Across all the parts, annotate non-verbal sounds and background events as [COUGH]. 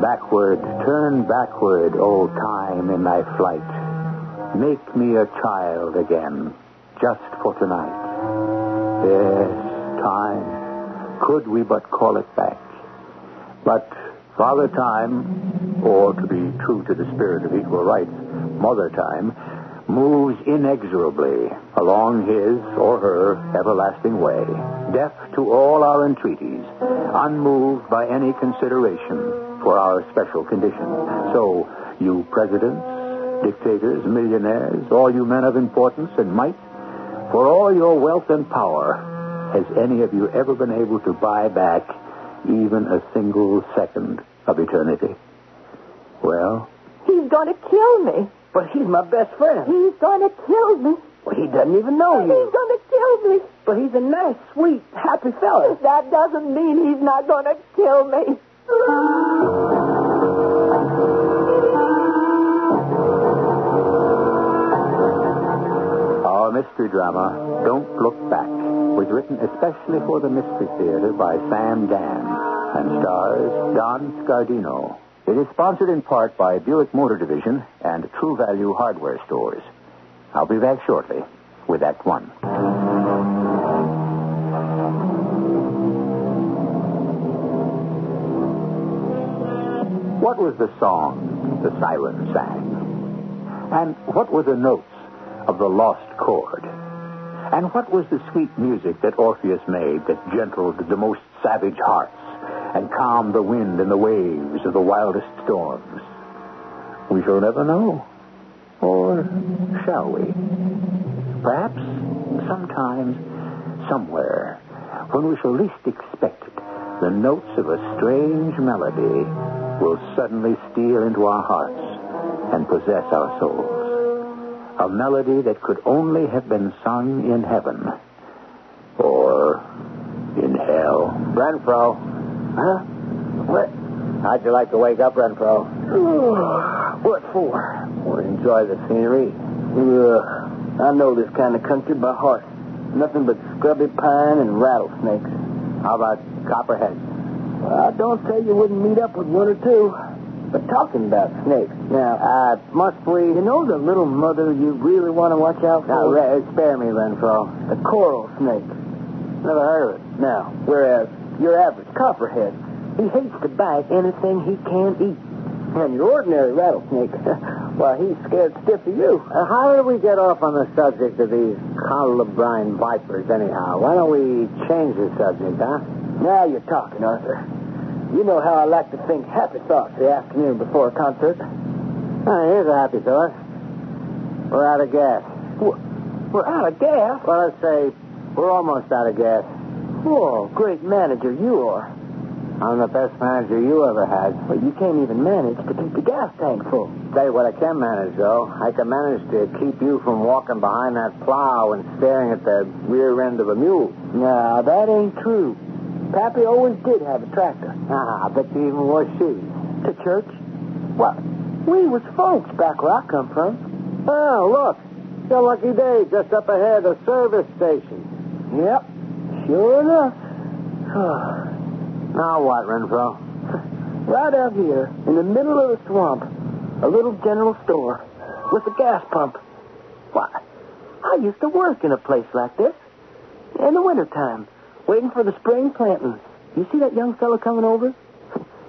Backward, turn backward, old time, in thy flight. Make me a child again, just for tonight. Yes, time. Could we but call it back? But Father Time, or to be true to the spirit of equal rights, Mother Time, moves inexorably along his or her everlasting way, deaf to all our entreaties, unmoved by any consideration for our special condition. So, you presidents, dictators, millionaires, all you men of importance and might, for all your wealth and power, has any of you ever been able to buy back even a single second of eternity? Well, He's going to kill me. But he's my best friend. He's going to kill me. Well, he doesn't even know He's you. going to kill me. But he's a nice, sweet, happy fellow. That doesn't mean he's not going to kill me. Our mystery drama, Don't Look Back, was written especially for the Mystery Theater by Sam Dan and stars Don Scardino. It is sponsored in part by Buick Motor Division and True Value Hardware Stores. I'll be back shortly with Act One. What was the song the siren sang? And what were the notes of the lost chord? And what was the sweet music that Orpheus made that gentled the most savage hearts and calmed the wind and the waves of the wildest storms? We shall never know. Or shall we? Perhaps sometimes, somewhere, when we shall least expect it, the notes of a strange melody will suddenly steal into our hearts and possess our souls. A melody that could only have been sung in heaven or in hell. Renfro. Huh? What? How'd you like to wake up, Renfro? what for? Well, enjoy the scenery. Ugh. I know this kind of country by heart. Nothing but scrubby pine and rattlesnakes. How about copperheads? I don't say you wouldn't meet up with one or two. But talking about snakes, now, uh, must we... You know the little mother you really want to watch out for? Now, re- spare me, Renfro. The coral snake. Never heard of it. Now, whereas your average copperhead, he hates to bite anything he can eat. And your ordinary rattlesnake, [LAUGHS] well, he's scared stiff of you. Uh, how do we get off on the subject of these colubrine vipers, anyhow? Why don't we change the subject, huh? Now you're talking, Arthur. You know how I like to think happy thoughts the afternoon before a concert. Oh, here's a happy thought. We're out of gas. We're out of gas? Well, let's say we're almost out of gas. Oh, great manager you are. I'm the best manager you ever had. Well, you can't even manage to keep the gas tank full. Tell you what I can manage, though. I can manage to keep you from walking behind that plow and staring at the rear end of a mule. No, that ain't true. Pappy always did have a tractor. Ah, I bet you even wore shoes. To church? What? We was folks back where I come from. Oh, look. It's a lucky day just up ahead, a service station. Yep, sure enough. [SIGHS] now what, Renfro? Right out here, in the middle of the swamp, a little general store with a gas pump. Why, I used to work in a place like this. In the wintertime, waiting for the spring planting. You see that young fellow coming over?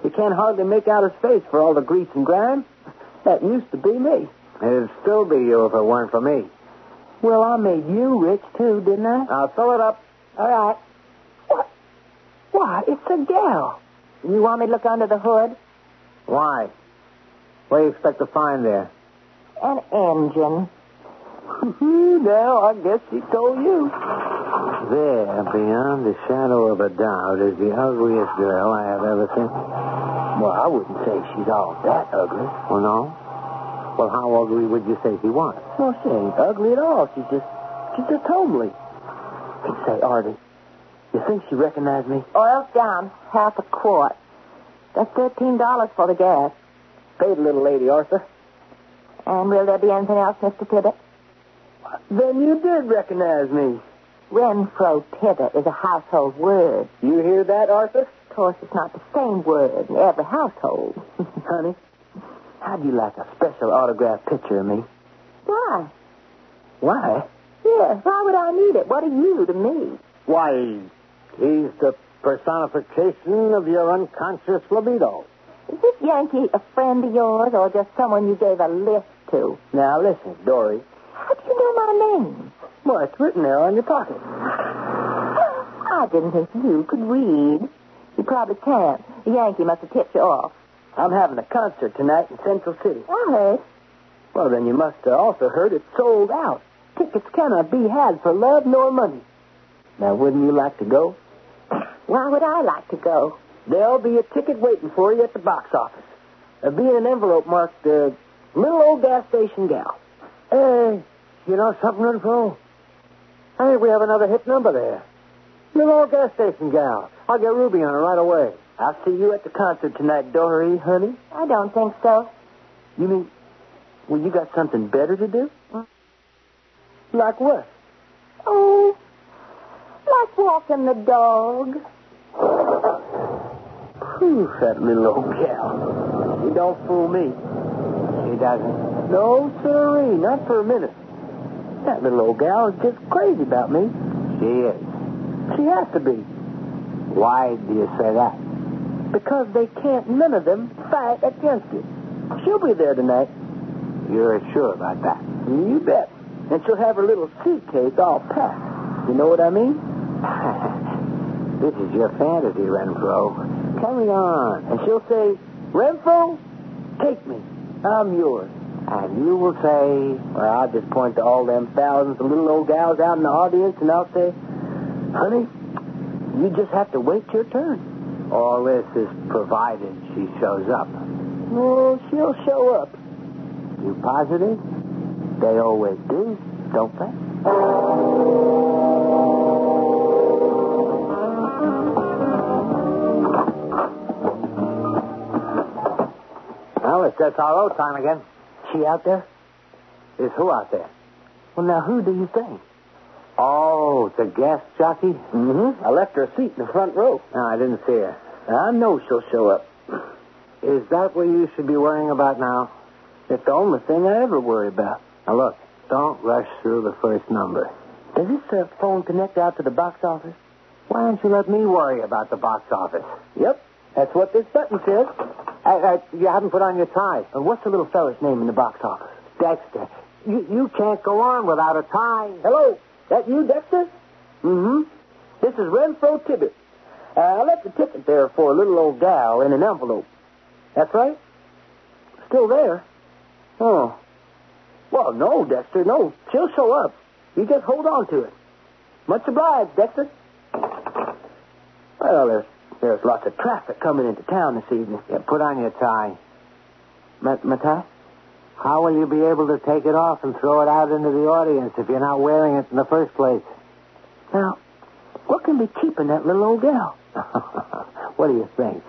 You can't hardly make out his face for all the grease and grime. That used to be me. It'd still be you if it weren't for me. Well, I made you rich, too, didn't I? Now fill it up. All right. What? Why, it's a gal. You want me to look under the hood? Why? What do you expect to find there? An [LAUGHS] engine. now, I guess she told you. There, beyond the shadow of a doubt, is the ugliest girl I have ever seen. Well, I wouldn't say she's all that ugly. Well, Oh, no. Well, how ugly would you say she was? No, she ain't ugly at all. She's just, she's just homely. Say, Artie, you think she recognized me? Oil's down half a quart. That's thirteen dollars for the gas. Paid little lady, Arthur. And will there be anything else, Mr. Tibbet? Then you did recognize me. Renfro Tibbet is a household word. You hear that, Arthur? Of course, it's not the same word in every household. [LAUGHS] Honey, how'd you like a special autograph picture of me? Why? Why? Yes, why would I need it? What are you to me? Why, he's the personification of your unconscious libido. Is this Yankee a friend of yours or just someone you gave a lift to? Now listen, Dory. How do you know my name? Well, it's written there on your pocket. I didn't think you could read. You probably can't. The Yankee must have tipped you off. I'm having a concert tonight in Central City. I heard. Well, then you must have also heard it's sold out. Tickets cannot be had for love nor money. Now, wouldn't you like to go? [COUGHS] Why would I like to go? There'll be a ticket waiting for you at the box office. There'll be an envelope marked, uh, Little Old Gas Station Gal. Uh, Hey, you know something, Renfro? I think we have another hit number there. Little old gas station gal. I'll get Ruby on it right away. I'll see you at the concert tonight, Dory, honey. I don't think so. You mean, well, you got something better to do? Like what? Oh, like walking the dog. Phew, that little old gal. She don't fool me. She doesn't. No, sirree, not for a minute. That little old gal is just crazy about me. She is. She has to be, Why do you say that? because they can't none of them fight against it. She'll be there tonight. You're sure about that? You bet. And she'll have her little suitcase all packed. You know what I mean? [LAUGHS] this is your fantasy, Renfro. Carry on. And she'll say, Renfro, take me. I'm yours. And you will say, Well, I'll just point to all them thousands of little old gals out in the audience, and I'll say, honey, you just have to wait your turn. all this is provided she shows up. Well, she'll show up. You positive? They always do, don't they? Well, it's SRO time again. She out there? Is who out there? Well, now, who do you think? Oh, the gas jockey? Mm-hmm. I left her a seat in the front row. No, I didn't see her. I know she'll show up. Is that what you should be worrying about now? It's the only thing I ever worry about. Now, look, don't rush through the first number. Does this uh, phone connect out to the box office? Why don't you let me worry about the box office? Yep. That's what this button says. Hey, hey, you haven't put on your tie. Uh, what's the little fella's name in the box office? Dexter, you, you can't go on without a tie. Hello. That you, Dexter? Mm-hmm. This is Renfro Tibbet. Uh, I left a ticket there for a little old gal in an envelope. That's right? Still there? Oh. Well, no, Dexter, no. She'll show up. You just hold on to it. Much obliged, Dexter. Well, there's, there's lots of traffic coming into town this evening. Yeah, put on your tie. My, my tie? How will you be able to take it off and throw it out into the audience if you're not wearing it in the first place? Now, what can be keeping that little old gal? [LAUGHS] what do you think?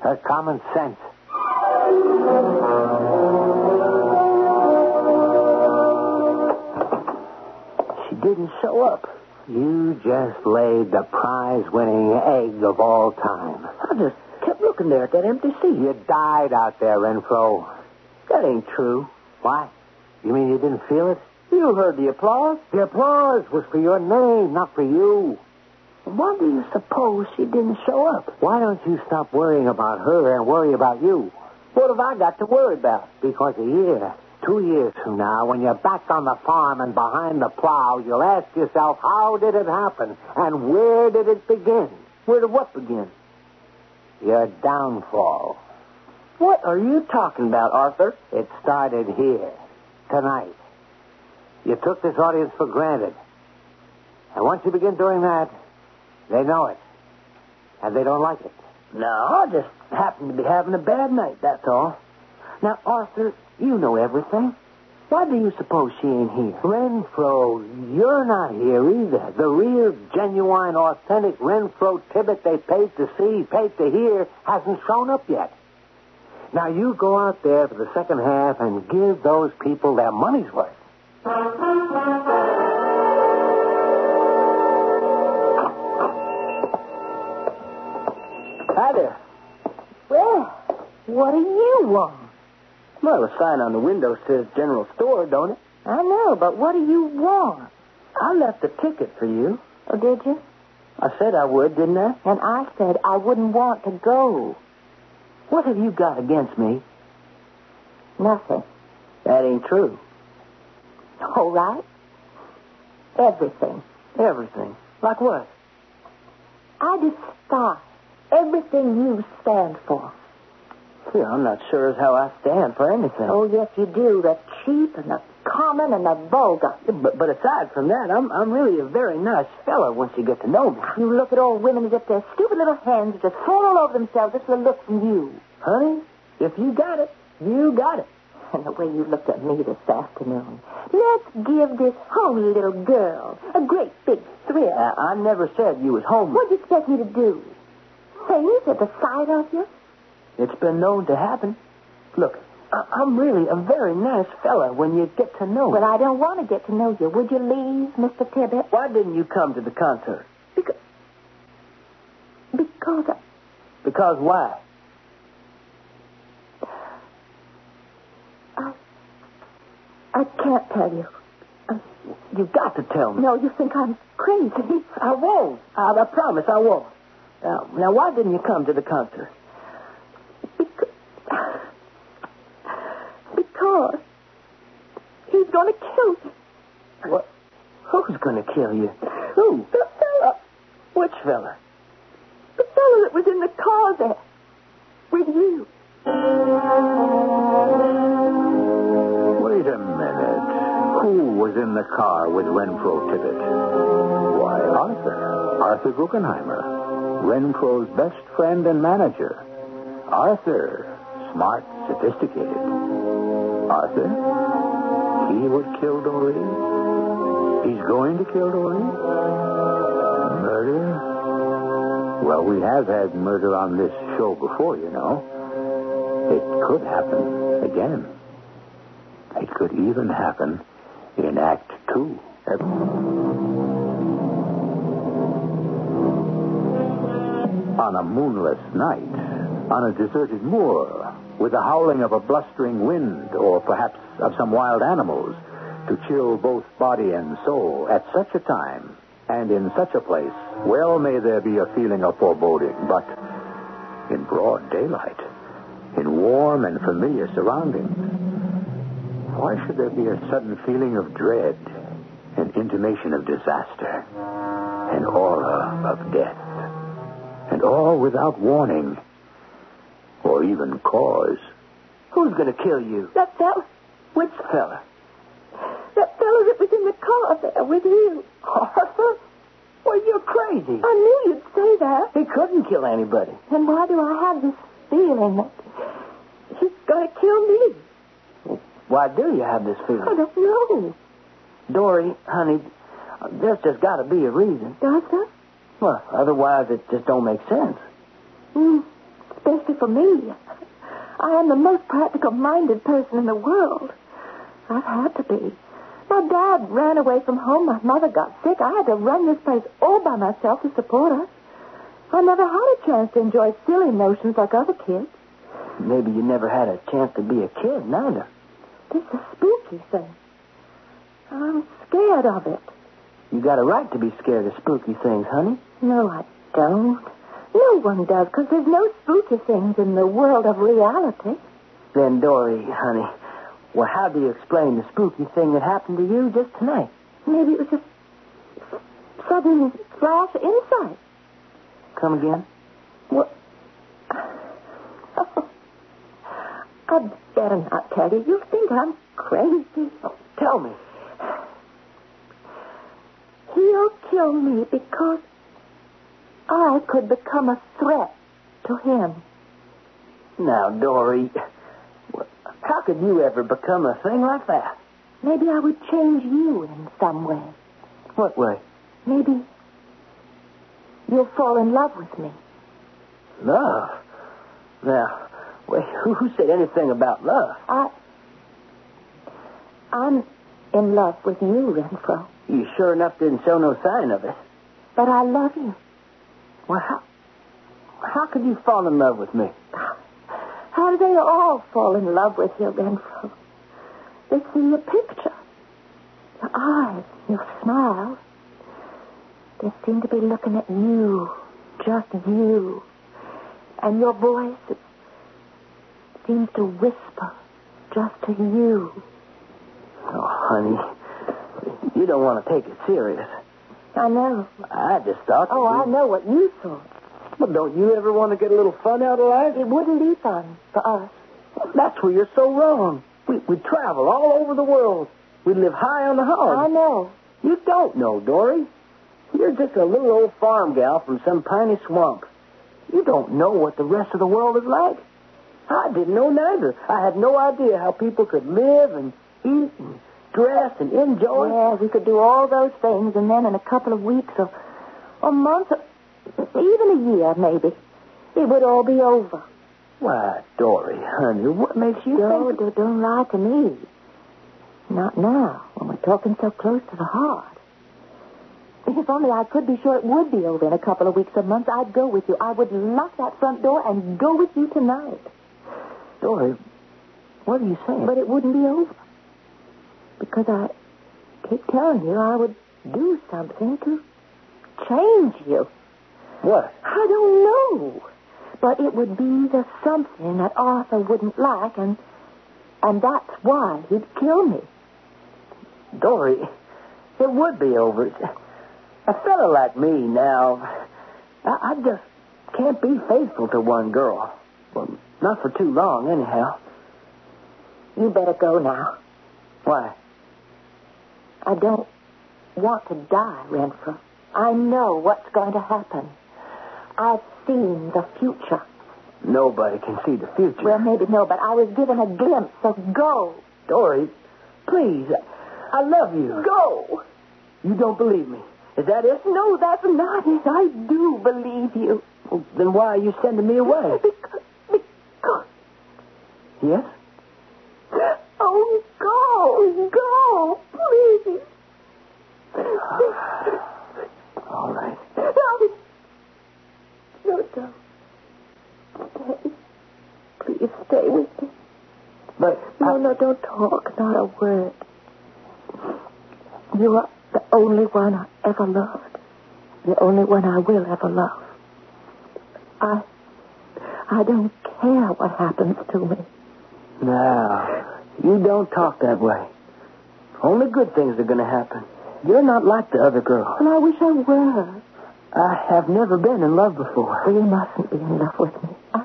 Her common sense. didn't show up. You just laid the prize-winning egg of all time. I just kept looking there at that empty seat. You died out there, Renfro. That ain't true. Why? You mean you didn't feel it? You heard the applause. The applause was for your name, not for you. Why do you suppose she didn't show up? Why don't you stop worrying about her and worry about you? What have I got to worry about? Because a year, two years from now, when you're back on the farm and behind the plow, you'll ask yourself, how did it happen? And where did it begin? Where did what begin? Your downfall. What are you talking about, Arthur? It started here, tonight. You took this audience for granted. And once you begin doing that, they know it. And they don't like it. No, I just happened to be having a bad night, that's all. Now, Arthur, you know everything. Why do you suppose she ain't here? Renfro, you're not here either. The real, genuine, authentic Renfro Tibbet they paid to see, paid to hear, hasn't shown up yet. Now, you go out there for the second half and give those people their money's worth. Hi there. Well, what do you want? Well, the sign on the window says General Store, don't it? I know, but what do you want? I left a ticket for you. Oh, did you? I said I would, didn't I? And I said I wouldn't want to go. What have you got against me? Nothing. That ain't true. All right. Everything. Everything. Like what? I despise everything you stand for. Yeah, I'm not sure as how I stand for anything. Oh, yes, you do. The cheap and the common and the vulgar. But, but aside from that, I'm, I'm really a very nice fellow once you get to know me. You look at all women as if their stupid little hands would just fall all over themselves just for the look from you. Honey, if you got it, you got it. [LAUGHS] And the way you looked at me this afternoon. Let's give this homely little girl a great big thrill. Uh, I never said you was homeless. What'd you expect me to do? Faint at the sight of you? It's been known to happen. Look, I- I'm really a very nice fella when you get to know me. Well, I don't want to get to know you. Would you leave, Mr. Tibbet? Why didn't you come to the concert? Because. Because I. Because why? I, I can't tell you. I, You've got to tell me. no, you think I'm crazy. I won't. I, I promise I won't. Now, now, why didn't you come to the concert? Because, because he's going to kill me. What? Who's going to kill you? Who? The fellow, Which fella? the fellow that was in the car there with you. Wait a minute. Who was in the car with Renfro Tibbet? Why, Arthur. Arthur Guggenheimer. Renfro's best friend and manager. Arthur. Smart, sophisticated. Arthur? He would kill Doreen? He's going to kill Doreen? Murder? Well, we have had murder on this show before, you know. It could happen again. It could even happen in Act Two. On a moonless night, on a deserted moor, with the howling of a blustering wind, or perhaps of some wild animals, to chill both body and soul at such a time and in such a place, well may there be a feeling of foreboding, but in broad daylight, in warm and familiar surroundings, why should there be a sudden feeling of dread, an intimation of disaster, an aura of death, and all without warning or even cause? Who's going to kill you? That fellow, Which fella? that fellow that was in the car there with you. [LAUGHS] Arthur? Well, you're crazy. I knew you'd say that. He couldn't kill anybody. Then why do I have this feeling that he's going to kill me? Why do you have this I feeling? don't know. Dory, honey, there's just got to be a reason. Does there? Well, otherwise it just don't make sense. Mm, especially for me. I am the most practical minded person in the world. I've had to be. My dad ran away from home. My mother got sick. I had to run this place all by myself to support her. I never had a chance to enjoy silly notions like other kids. Maybe you never had a chance to be a kid, neither. This is spooky thing. I'm scared of it. You got a right to be scared of spooky things, honey. No, I don't. No one does, because there's no spooky things in the world of reality. Then, Dory, honey, well, how do you explain the spooky thing that happened to you just tonight? Maybe it was just s- sudden flash insight. Come again? What? I'd better not tell you. You think I'm crazy. Oh, Tell me. He'll kill me because I could become a threat to him. Now, Dory, well, how could you ever become a thing like that? Maybe I would change you in some way. What way? Maybe you'll fall in love with me. Love. Now, wait, who [LAUGHS] who said anything about love? I. I'm in love with you, Renfro. You sure enough didn't show no sign of it. But I love you. Well, how, how could you fall in love with me? How do they all fall in love with you, Renfro? They see your picture, your eyes, your smile. They seem to be looking at you, just you. And your voice it seems to whisper just to you. Oh, honey, you don't want to take it serious. I know. I just thought. Oh, I know what you saw. Well, don't you ever want to get a little fun out of life? It wouldn't be fun for us. That's where you're so wrong. We, we travel all over the world. We live high on the hog. I know. You don't know, Dory. You're just a little old farm gal from some piney swamp. You don't know what the rest of the world is like. I didn't know neither. I had no idea how people could live and eat and dress and enjoy. Yeah, we could do all those things, and then in a couple of weeks or, or months, or even a year, maybe, it would all be over. Why, Dory, honey, what makes you No, think... don't, don't lie to me. Not now, when we're talking so close to the heart. If only I could be sure it would be over in a couple of weeks or months, I'd go with you. I would lock that front door and go with you tonight. Dory, what are you saying? But it wouldn't be over. Because I keep telling you I would do something to change you. what? I don't know. But it would be the something that Arthur wouldn't like, and and that's why he'd kill me. Dory, it would be over. A fella like me now, I, I just can't be faithful to one girl. Well, not for too long, anyhow. You better go now. Why? I don't want to die, Renfrew. I know what's going to happen. I've seen the future. Nobody can see the future. Well, maybe no, but I was given a glimpse, so go. Dory, please, I love you. Go! You don't believe me. Is that it? No, that's not it. I do believe you. Well, then why are you sending me [LAUGHS] away? Because, because, yes? oh, go, go, please. All right. No, no, don't. Stay. Please stay with me. But No, I, no, don't talk, not a word. You are the only one I ever loved. The only one I will ever love. I, I don't care what happens to me. now, you don't talk that way. Only good things are going to happen. You're not like the other girl. Well, I wish I were. I have never been in love before. Well, Oh, you mustn't be in love with me. I,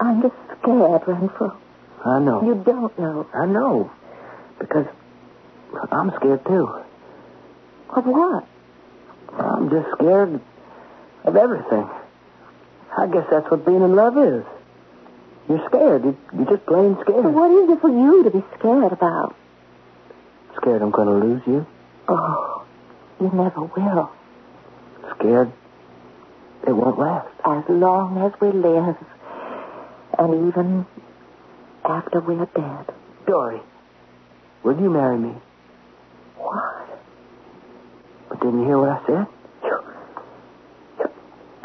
I'm just scared, Renfro. I know. You don't know. I know. Because I'm scared too. Of what? I'm just scared of everything. I guess that's what being in love is. You're scared. You- You're just plain So scared. what is it for you to be scared about? Scared I'm going to lose you. Oh, you never will. Scared it won't last. As long as we live, and even after we're dead. Dory, will you marry me? Didn't you hear what I said? You, you're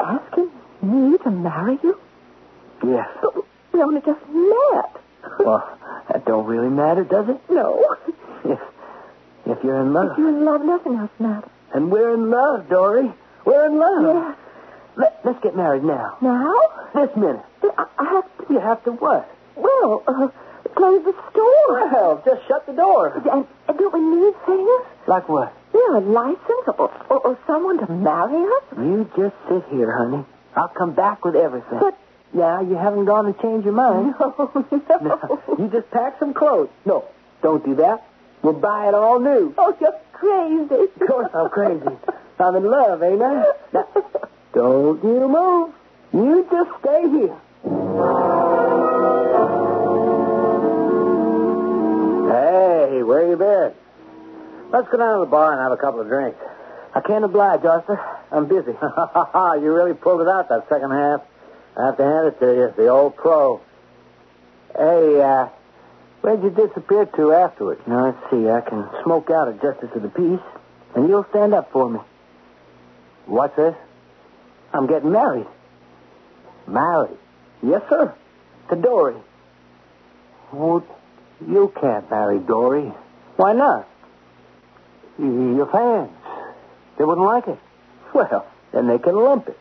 asking me to marry you? Yes. But we only just met. Well, that don't really matter, does it? No. If, if you're in love. If you're in love, nothing else matters. And we're in love, Dory. We're in love. Yes. Let, let's get married now. Now? This minute. But I, I have to, You have to what? well, uh, close the store. Well, just shut the door. And, and don't we need things? Like what? We are licensable. Or, or someone to marry us? [LAUGHS] You just sit here, honey. I'll come back with everything. But- now you haven't gone to change your mind. [LAUGHS] No, Now, no. you just pack some clothes. No, don't do that. We'll buy it all new. Oh, you're crazy. Of course I'm crazy. [LAUGHS] I'm in love, ain't I? Now, [LAUGHS] don't you move. You just stay here. Hey, where you been? Let's go down to the bar and have a couple of drinks. I can't oblige, Arthur. I'm busy. [LAUGHS] you really pulled it out that second half. I have to hand it to you, the old pro. Hey, uh, Where'd you disappear to afterwards? Now, let's see. I can smoke out a justice of the peace, and you'll stand up for me. What's this? I'm getting married. Married? Yes, sir. To Dory. Oh, you can't marry Dory. Why not? Y- Your fans. They wouldn't like it. Well, then they can lump it.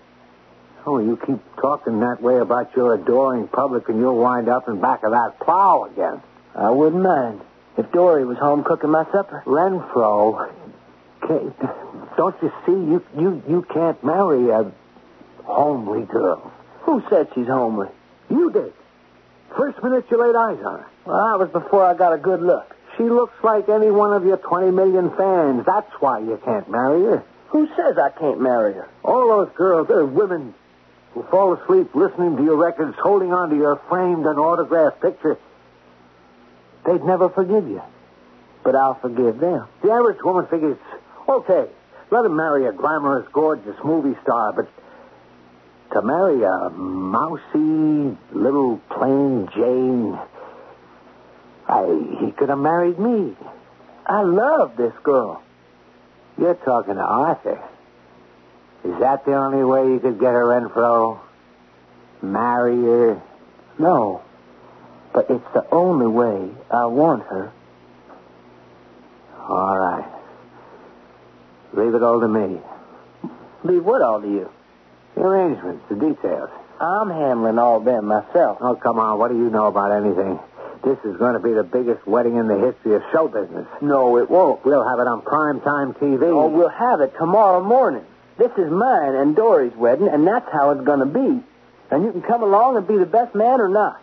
Oh, you keep talking that way about your adoring public, and you'll wind up in back of that plow again. I wouldn't mind if Dory was home cooking my supper. Renfro, can, don't you see? You you you can't marry a homely girl. Who said she's homely? You did. First minute you laid eyes on her. Well, that was before I got a good look. She looks like any one of your 20 million fans. That's why you can't marry her. Who says I can't marry her? All those girls, they're women who fall asleep listening to your records, holding on to your framed and autographed picture. They'd never forgive you. But I'll forgive them. The average woman figures, okay, let him marry a glamorous, gorgeous movie star, but to marry a mousy little plain Jane. I, he could have married me. I love this girl. You're talking to Arthur. Is that the only way you could get her, Renfro? Marry her? No. But it's the only way I want her. All right. Leave it all to me. Leave what all to you? The arrangements, the details. I'm handling all them myself. Oh, come on. What do you know about anything? This is going to be the biggest wedding in the history of show business. No, it won't. We'll have it on primetime TV. Oh, we'll have it tomorrow morning. This is mine and Dory's wedding, and that's how it's going to be. And you can come along and be the best man or not.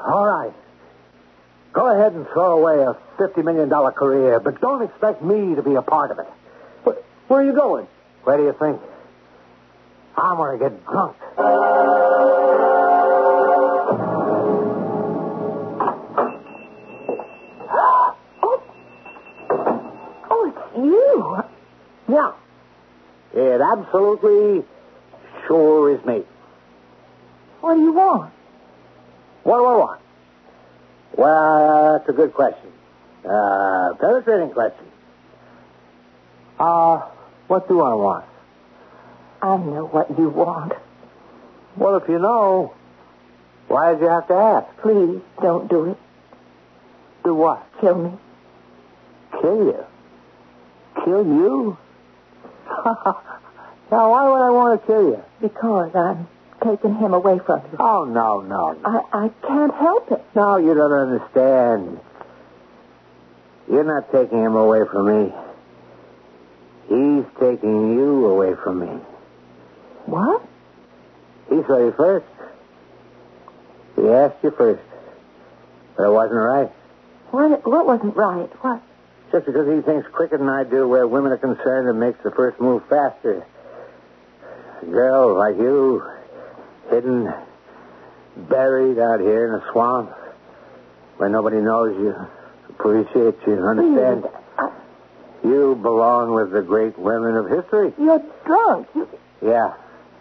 All right. Go ahead and throw away a $50 million career, but don't expect me to be a part of it. Where are you going? Where do you think? I'm going to get drunk. Oh, it's you. Yeah. It absolutely sure is me. What do you want? What do I want? Well, that's a good question. Uh, penetrating question. Uh, what do I want? I know what you want. Well, if you know, why did you have to ask? Please don't do it. Do what? Kill me. Kill you. Kill you? [LAUGHS] now, why would I want to kill you? Because I'm taking him away from you. Oh, no, no, no. I, I can't help it. No, you don't understand. You're not taking him away from me. He's taking you away from me. What? He saw you first. He asked you first. But it wasn't right. What, what wasn't right? What? Just because he thinks quicker than I do where women are concerned and makes the first move faster. A girl like you, hidden, buried out here in a swamp where nobody knows you, appreciates you, understands. I- You belong with the great women of history. You're drunk. You, Yeah,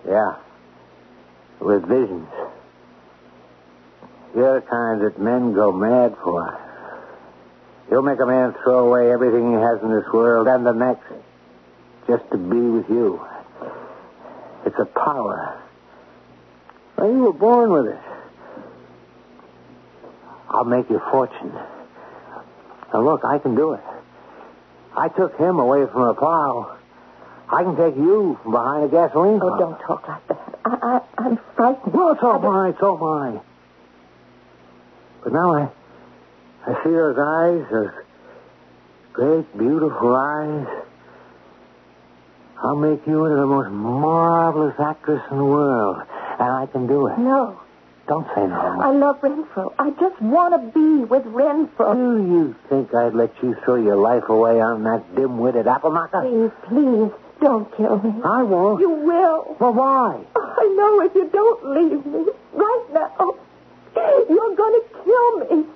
yeah. With visions. You're the kind that men go mad for. You'll make a man throw away everything he has in this world and the next just to be with you. It's a power. Well, you were born with it. I'll make your fortune. Now, look, I can do it. I took him away from a plow. I can take you from behind a gasoline Oh, pump. don't talk like that. I, I, I'm frightened. Well, it's all I don't- mine, Oh, it's all mine. But now I, I see those eyes, those great, beautiful eyes. I'll make you into the most marvelous actress in the world, and I can do it. No. Don't say no. I love Renfro. I just want to be with Renfro. Do you think I'd let you throw your life away on that dim-witted apple knocker? Please, please, don't kill me. I won't. You will. Well, why? I know if you don't leave me right now, you're going to kill me.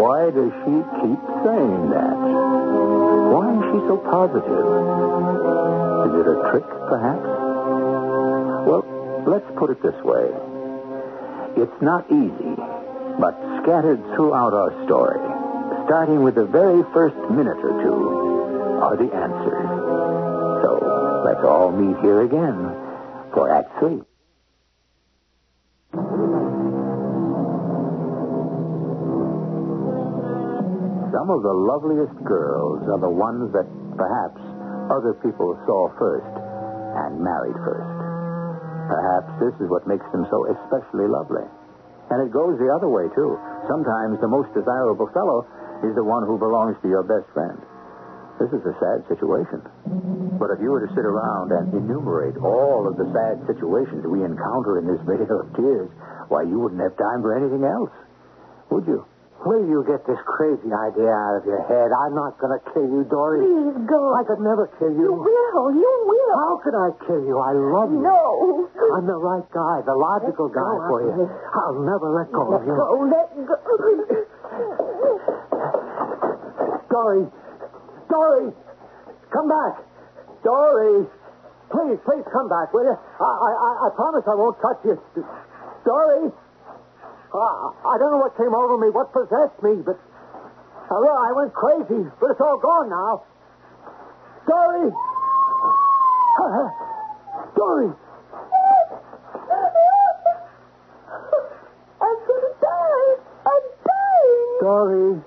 Why does she keep saying that? Why is she so positive? Is it a trick, perhaps? Well, let's put it this way. It's not easy, but scattered throughout our story, starting with the very first minute or two, are the answers. So let's all meet here again for Act Three. Some of the loveliest girls are the ones that perhaps other people saw first and married first. Perhaps this is what makes them so especially lovely. And it goes the other way, too. Sometimes the most desirable fellow is the one who belongs to your best friend. This is a sad situation. But if you were to sit around and enumerate all of the sad situations we encounter in this vale of tears, why, you wouldn't have time for anything else would you? Where do you get this crazy idea out of your head? I'm not going to kill you, Dory. Please go. I could never kill you. You will. You will. How could I kill you? I love you. No. I'm the right guy, the logical guy go for of you. me. I'll never let go of Let you. go. Let go. Dory! Dory! Come back! Dory! Please, please come back, will you? I, I, I- I promise I won't touch you. Dory! I, I don't know what came over me, what possessed me, but. I, well, I went crazy, but it's all gone now. Dory! [LAUGHS] Dory! I'm going to die. I'm dying. Dory!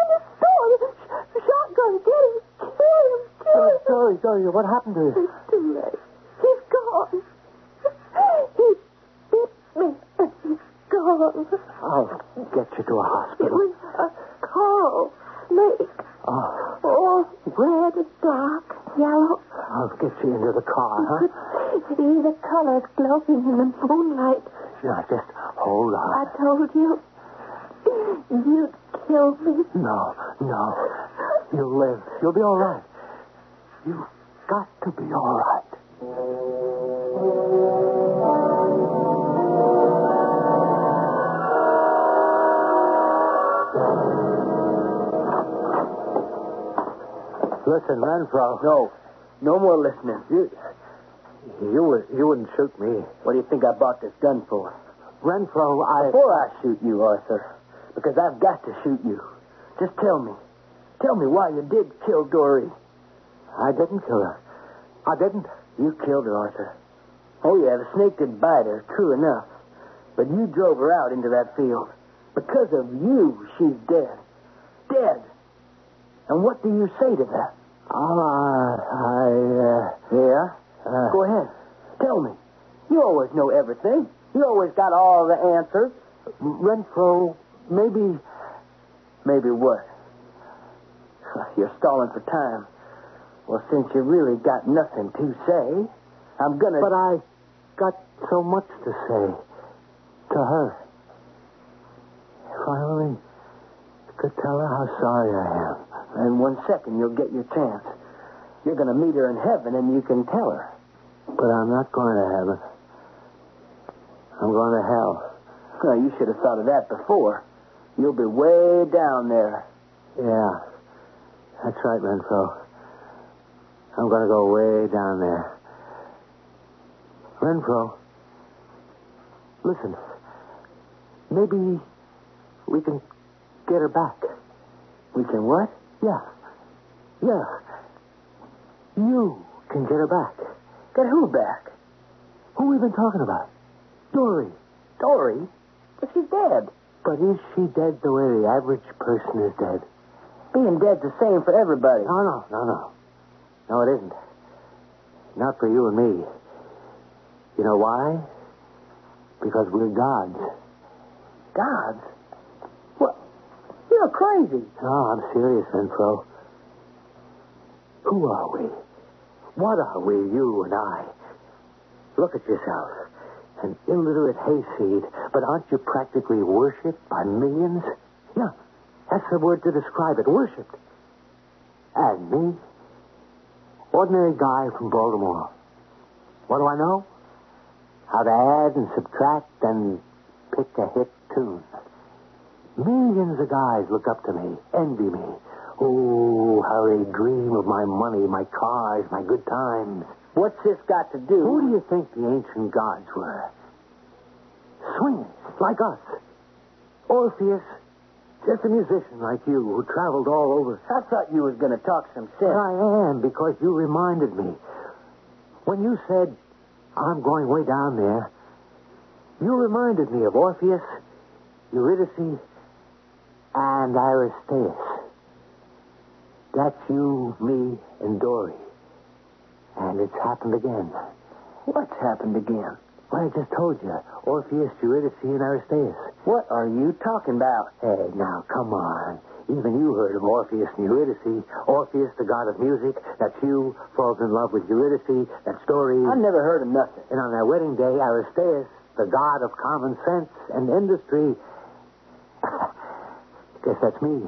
In the storm. Sh- Shotgun. Get him. Kill him. Kill him. Dory, Dory, what happened to you? It's too late. He's gone. He bit me. and He's gone. I'll get you to a It hospital. was a coral lake. Oh, All red and dark, yellow. I'll get you into the car, huh? [LAUGHS] Could see the colors gloating in the moonlight. Now, just hold on. I told you. You'd kill me. No, no. You'll live. You'll be all right. You've got to be all right. Listen, Renfro. No. No more listening. You, you, would- you wouldn't shoot me. What do you think I bought this gun for? Renfro, I. Before I shoot you, Arthur, because I've got to shoot you, just tell me. Tell me why you did kill Dory. I didn't kill her. I didn't. You killed her, Arthur. Oh, yeah, the snake did bite her, true enough. But you drove her out into that field. Because of you, she's dead. Dead. And what do you say to that? Ah, I, uh, Yeah? uh, Go ahead. Tell me. You always know everything. You always got all the answers. Renfro, maybe, Maybe what? You're stalling for time. Well, since you really got nothing to say, I'm gonna. but I got so much to say to her. If I only could tell her how sorry I am. In one second, you'll get your chance. You're going to meet her in heaven, and you can tell her. But I'm not going to heaven. I'm going to hell. Now, you should have thought of that before. You'll be way down there. Yeah. That's right, Renfro. I'm going to go way down there. Renfro, listen. Maybe we can get her back. We can what? Yeah. Yeah. You can get her back. Get who back? Who we been talking about? Dory. Dory? But she's dead. But is she dead the way the average person is dead? Being dead's the same for everybody. No, no, no, no. No, it isn't. Not for you and me. You know why? Because we're gods. Gods? What? You're crazy. No, I'm serious, Renfro. Who are we? What are we, you and I? Look at yourself. An illiterate hayseed, but aren't you practically worshipped by millions? Yeah, that's the word to describe it, worshipped. And me? Ordinary guy from Baltimore. What do I know? How to add and subtract and pick a hit tune. Millions of guys look up to me, envy me. Oh, how they dream of my money, my cars, my good times. What's this got to do? Who do you think the ancient gods were? Swingers, like us. Orpheus, just a musician like you who traveled all over. I thought you was going to talk some sense. I am, because you reminded me. When you said, I'm going way down there, you reminded me of Orpheus, Eurydice, and Aristaeus. That's you, me, and Dory. And it's happened again. What's happened again? What I just told you. Orpheus, Eurydice, and Aristaeus. What are you talking about? Hey, now, come on. Even you heard of Orpheus and Eurydice. Orpheus, the god of music. That's you. Falls in love with Eurydice. That's Dory. I never heard of nothing. And on their wedding day, Aristaeus, the god of common sense and industry. [COUGHS] Guess that's me.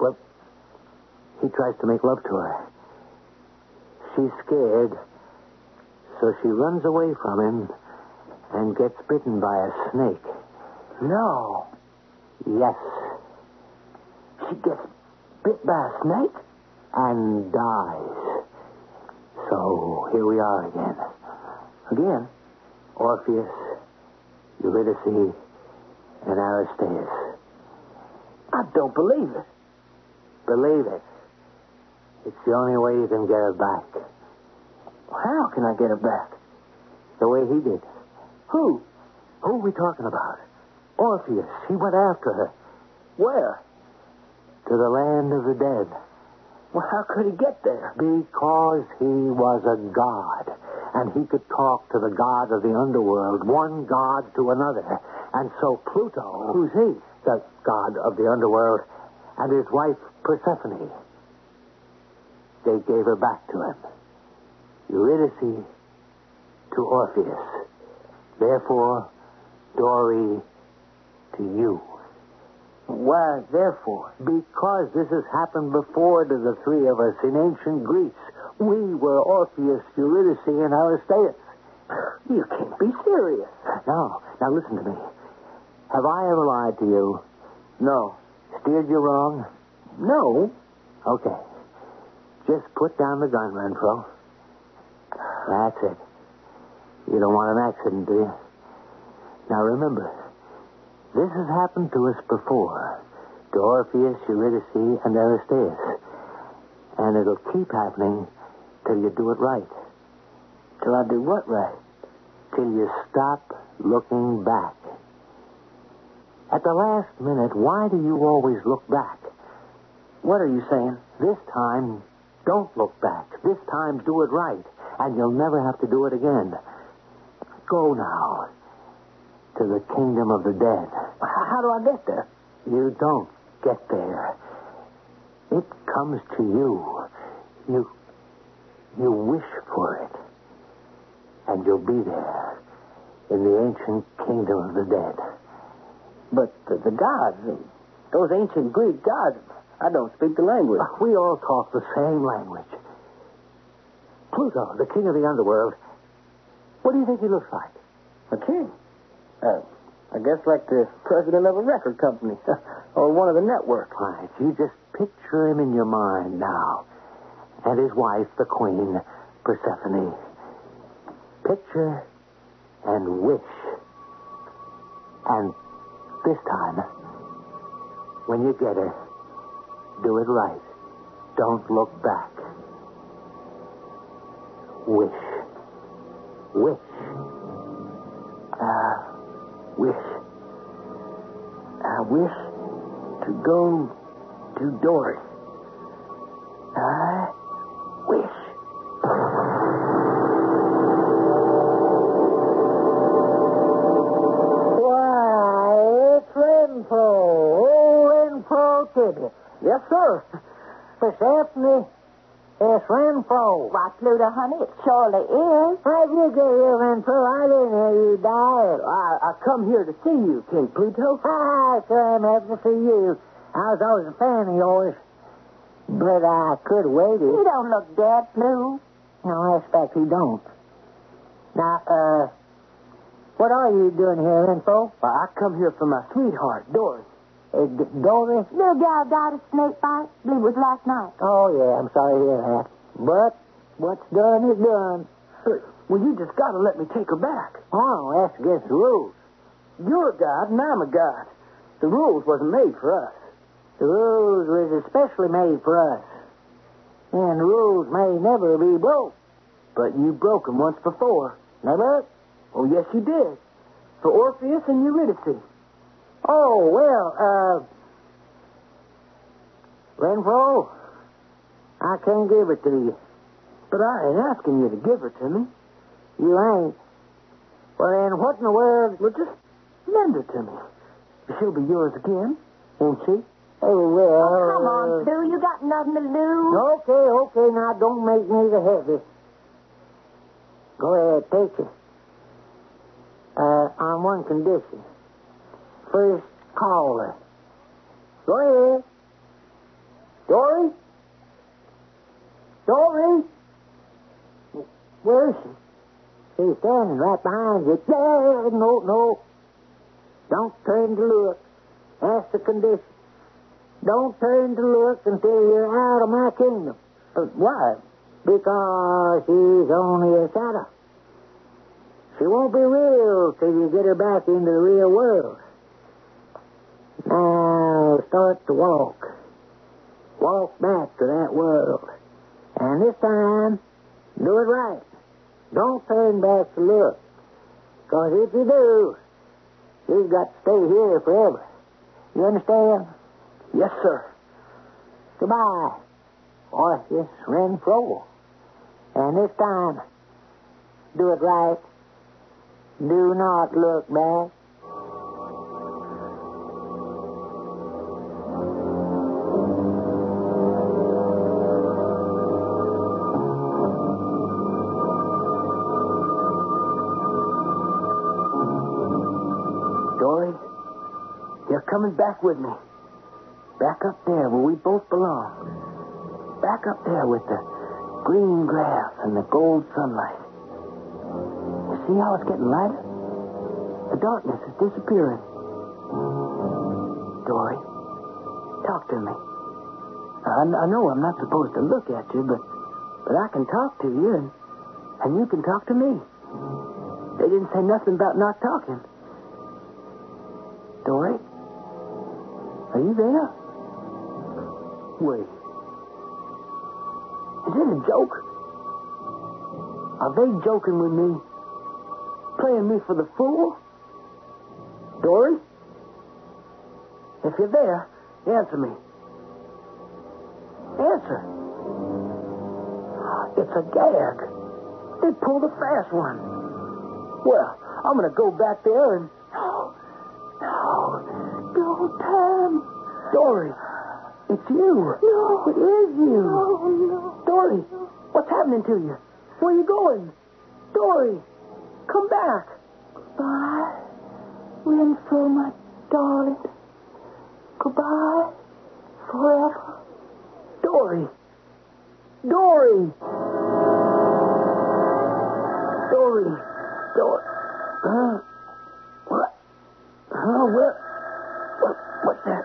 Well, he tries to make love to her. She's scared, so she runs away from him and gets bitten by a snake. No. Yes. She gets bit by a snake? And dies. So here we are again. Again? Orpheus, Eurydice, and Aristaeus. I don't believe it. Believe it. It's the only way you can get her back. How can I get her back? The way he did. Who? Who are we talking about? Orpheus. He went after her. Where? To the land of the dead. Well, how could he get there? Because he was a god. And he could talk to the god of the underworld, one god to another. And so Pluto. Who's he? The god of the underworld. And his wife, Persephone. They gave her back to him. Eurydice to Orpheus. Therefore, Dory to you. Why, therefore? Because this has happened before to the three of us in ancient Greece. We were Orpheus, Eurydice, and Aristaeus. You can't be serious. No. Now listen to me. Have I ever lied to you? No. Steered you wrong? No. Okay. Just put down the gun, Renfro. That's it. You don't want an accident, do you? Now remember, this has happened to us before. To Orpheus, Eurydice, and Aristaeus. And it'll keep happening till you do it right. Till I do what right? Till you stop looking back. At the last minute, why do you always look back? What are you saying? This time, don't look back. This time, do it right. And you'll never have to do it again. Go now to the kingdom of the dead. How do I get there? You don't get there. It comes to you. You you wish for it. And you'll be there in the ancient kingdom of the dead. But the, the gods, those ancient Greek gods, I don't speak the language. We all talk the same language. Pluto, the king of the underworld, what do you think he looks like? A king? Uh, I guess like the president of a record company [LAUGHS] or one of the networks. Right. You just picture him in your mind now. And his wife, the queen, Persephone. Picture and wish. And this time, when you get her, do it right. Don't look back. Wish. Wish. Ah, wish. I wish to go to Doris. I wish. Why, it's Renfro. Oh, Renfro Kitty. Yes, sir. Miss Anthony, it's Renfro. What, Pluto, honey? It surely is. How'd you get here, Renfro? I didn't hear you dial. I, I come here to see you, King Pluto. Hi, sir. Ah, I'm happy to see you. I was always a fan of yours. But I could wait it. You don't look dead, Blue. No, I expect you don't. Now, uh, what are you doing here, Info? Well, I come here for my sweetheart, Doris. Uh, D- Doris? Little gal died of snake bite. Believe it was last night. Oh, yeah, I'm sorry to hear that. But what's done is done. Well, you just gotta let me take her back. Oh, that's against the rules. You're a god and I'm a god. The rules wasn't made for us. The rules was especially made for us. And rules may never be broke. But you broke 'em once before. Never? Oh, yes, you did. For Orpheus and Eurydice. Oh, well, uh... Renfro, I can't give it to you. But I ain't asking you to give her to me. You ain't. Well, then what in the world? Well, just lend her to me. She'll be yours again, won't she? Oh, well... uh, Come on, Blue. You got nothing to lose. Okay, okay, now don't make me the heavy. Go ahead, take it. Uh, on one condition. First caller. Go ahead. Dory? Dory? Where is she? She's standing right behind you. Yeah, no, no. Don't turn to look. That's the condition. Don't turn to look until you're out of my kingdom. But why? Because she's only a shadow. She won't be real till you get her back into the real world. Now start to walk. Walk back to that world. And this time, do it right. Don't turn back to look. Because if you do, you've got to stay here forever. You understand? Yes, sir. Goodbye, Orpheus Renfro. And this time, do it right. Do not look back. Dory, you're coming back with me. Back up there where we both belong. Back up there with the green grass and the gold sunlight. You see how it's getting lighter? The darkness is disappearing. Dory, talk to me. I, I know I'm not supposed to look at you, but but I can talk to you, and, and you can talk to me. They didn't say nothing about not talking. Dory, are you there? Wait. Is it a joke? Are they joking with me? Playing me for the fool? Dory? If you're there, answer me. Answer. It's a gag. They pulled a fast one. Well, I'm going to go back there and. [GASPS] Oh, No. No. Don't, Pam. Dory, it's you. No. It is you. Oh, no. Dory, what's happening to you? Where are you going? Dory, come back. Goodbye, Renfro, my darling. Goodbye, forever. Dory. Dory. Dory. Dory. Huh? What? Huh? What? What? What's that?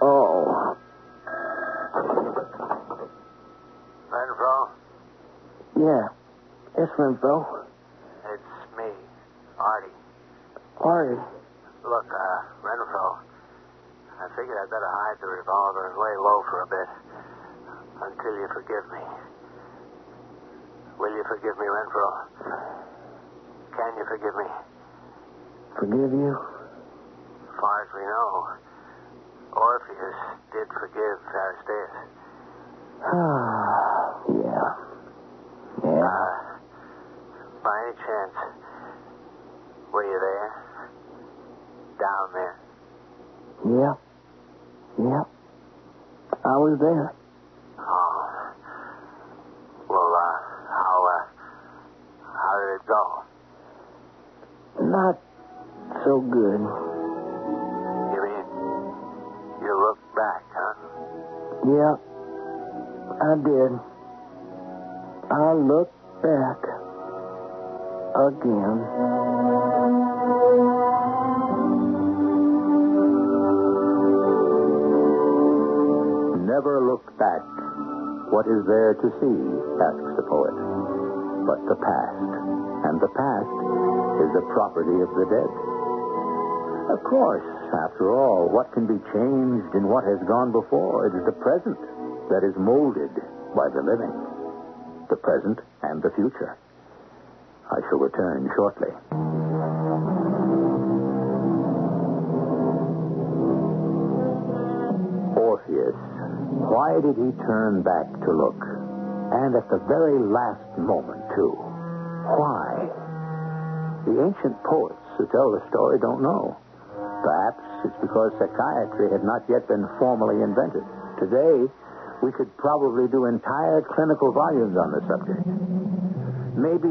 Oh. Renfro, Yeah. It's Renfro. it's me, Artie. Artie. Look, uh, Renfro, I figured I'd better hide the revolver and lay low for a bit. until you forgive me. Will you forgive me, Renfro? Can you forgive me? Forgive you? far as we know, Orpheus did forgive Aristaeus. Ah, yeah. Yeah. Uh, By any chance, were you there? Down there? Yeah. Yeah. I was there. Oh. Well, uh, how, uh, how did it go? Not so good. You mean, you look back, huh? Yeah. I did. I look back. Again. Never look back. What is there to see? asks the poet. But the past. And the past is the property of the dead. Of course, after all, what can be changed in what has gone before? It is the present that is molded by the living. The present and the future. I shall return shortly. Orpheus, why did he turn back to look? And at the very last moment, too. Why? The ancient poets who tell the story don't know. Perhaps it's because psychiatry had not yet been formally invented. Today, we could probably do entire clinical volumes on the subject. Maybe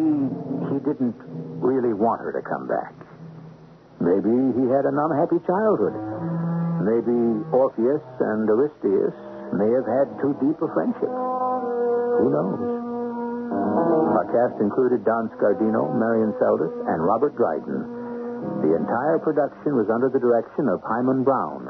he didn't really want her to come back. Maybe he had an unhappy childhood. Maybe Orpheus and Aristeus may have had too deep a friendship. Who knows? Our cast included Don Scardino, Marion Seldes, and Robert Dryden. The entire production was under the direction of Hyman Brown.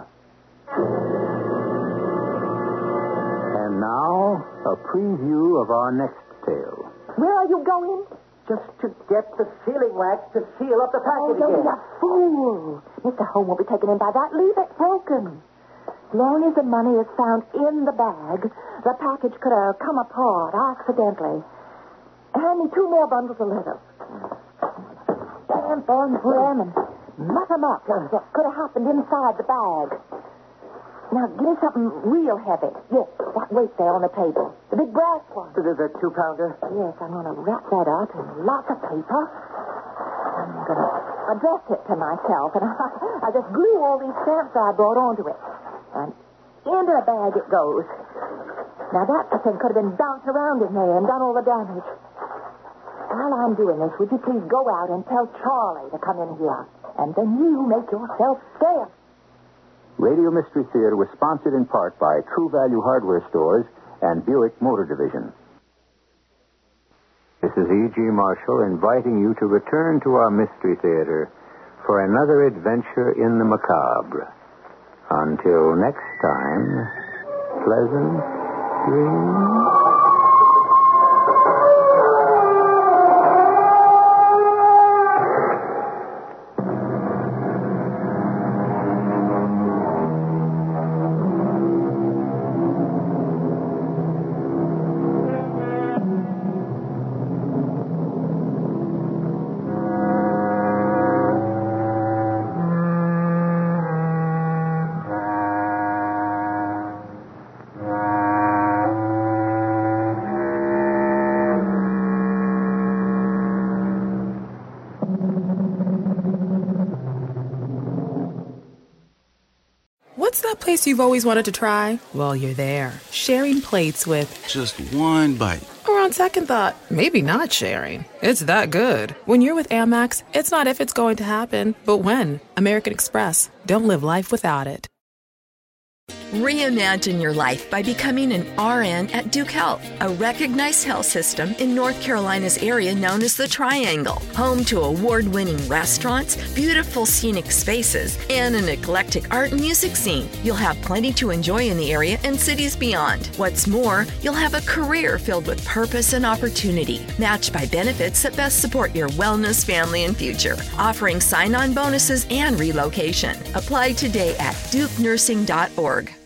And now, a preview of our next tale. Where are you going? Just to get the sealing wax to seal up the Oh, package don't again. be a fool. Mr. Home won't be taken in by that. Leave it broken. As long as the money is found in the bag, the package could have come apart accidentally. Hand me two more bundles of letters. Stamp on them and muck them up like what could have happened inside the bag. Now, give me something real heavy. Yes, that weight there on the table. The big brass one. The, the two pounder? Yes, I'm going to wrap that up in lots of paper. I'm going to address it to myself, and [LAUGHS] I, I just glue all these stamps I brought onto it. And into the bag it goes. Now, that thing could have been bounced around in there and done all the damage. While I'm doing this, would you please go out and tell Charlie to come in here? And then you make yourself scarce. Radio Mystery Theater was sponsored in part by True Value Hardware Stores and Buick Motor Division. This is E.G. Marshall inviting you to return to our Mystery Theater for another adventure in the macabre. Until next time, pleasant dreams. What's that place you've always wanted to try? Well, you're there, sharing plates with, Just one bite. or on second thought, maybe not sharing. It's that good. When you're with Amex, it's not if it's going to happen, but when. American Express. Don't live life without it. Reimagine your life by becoming an RN at Duke Health, a recognized health system in North Carolina's area known as the Triangle, home to award winning restaurants, beautiful scenic spaces, and an eclectic art and music scene. You'll have plenty to enjoy in the area and cities beyond. What's more, you'll have a career filled with purpose and opportunity, matched by benefits that best support your wellness, family, and future, offering sign on bonuses and relocation. Apply today at dukenursing.org.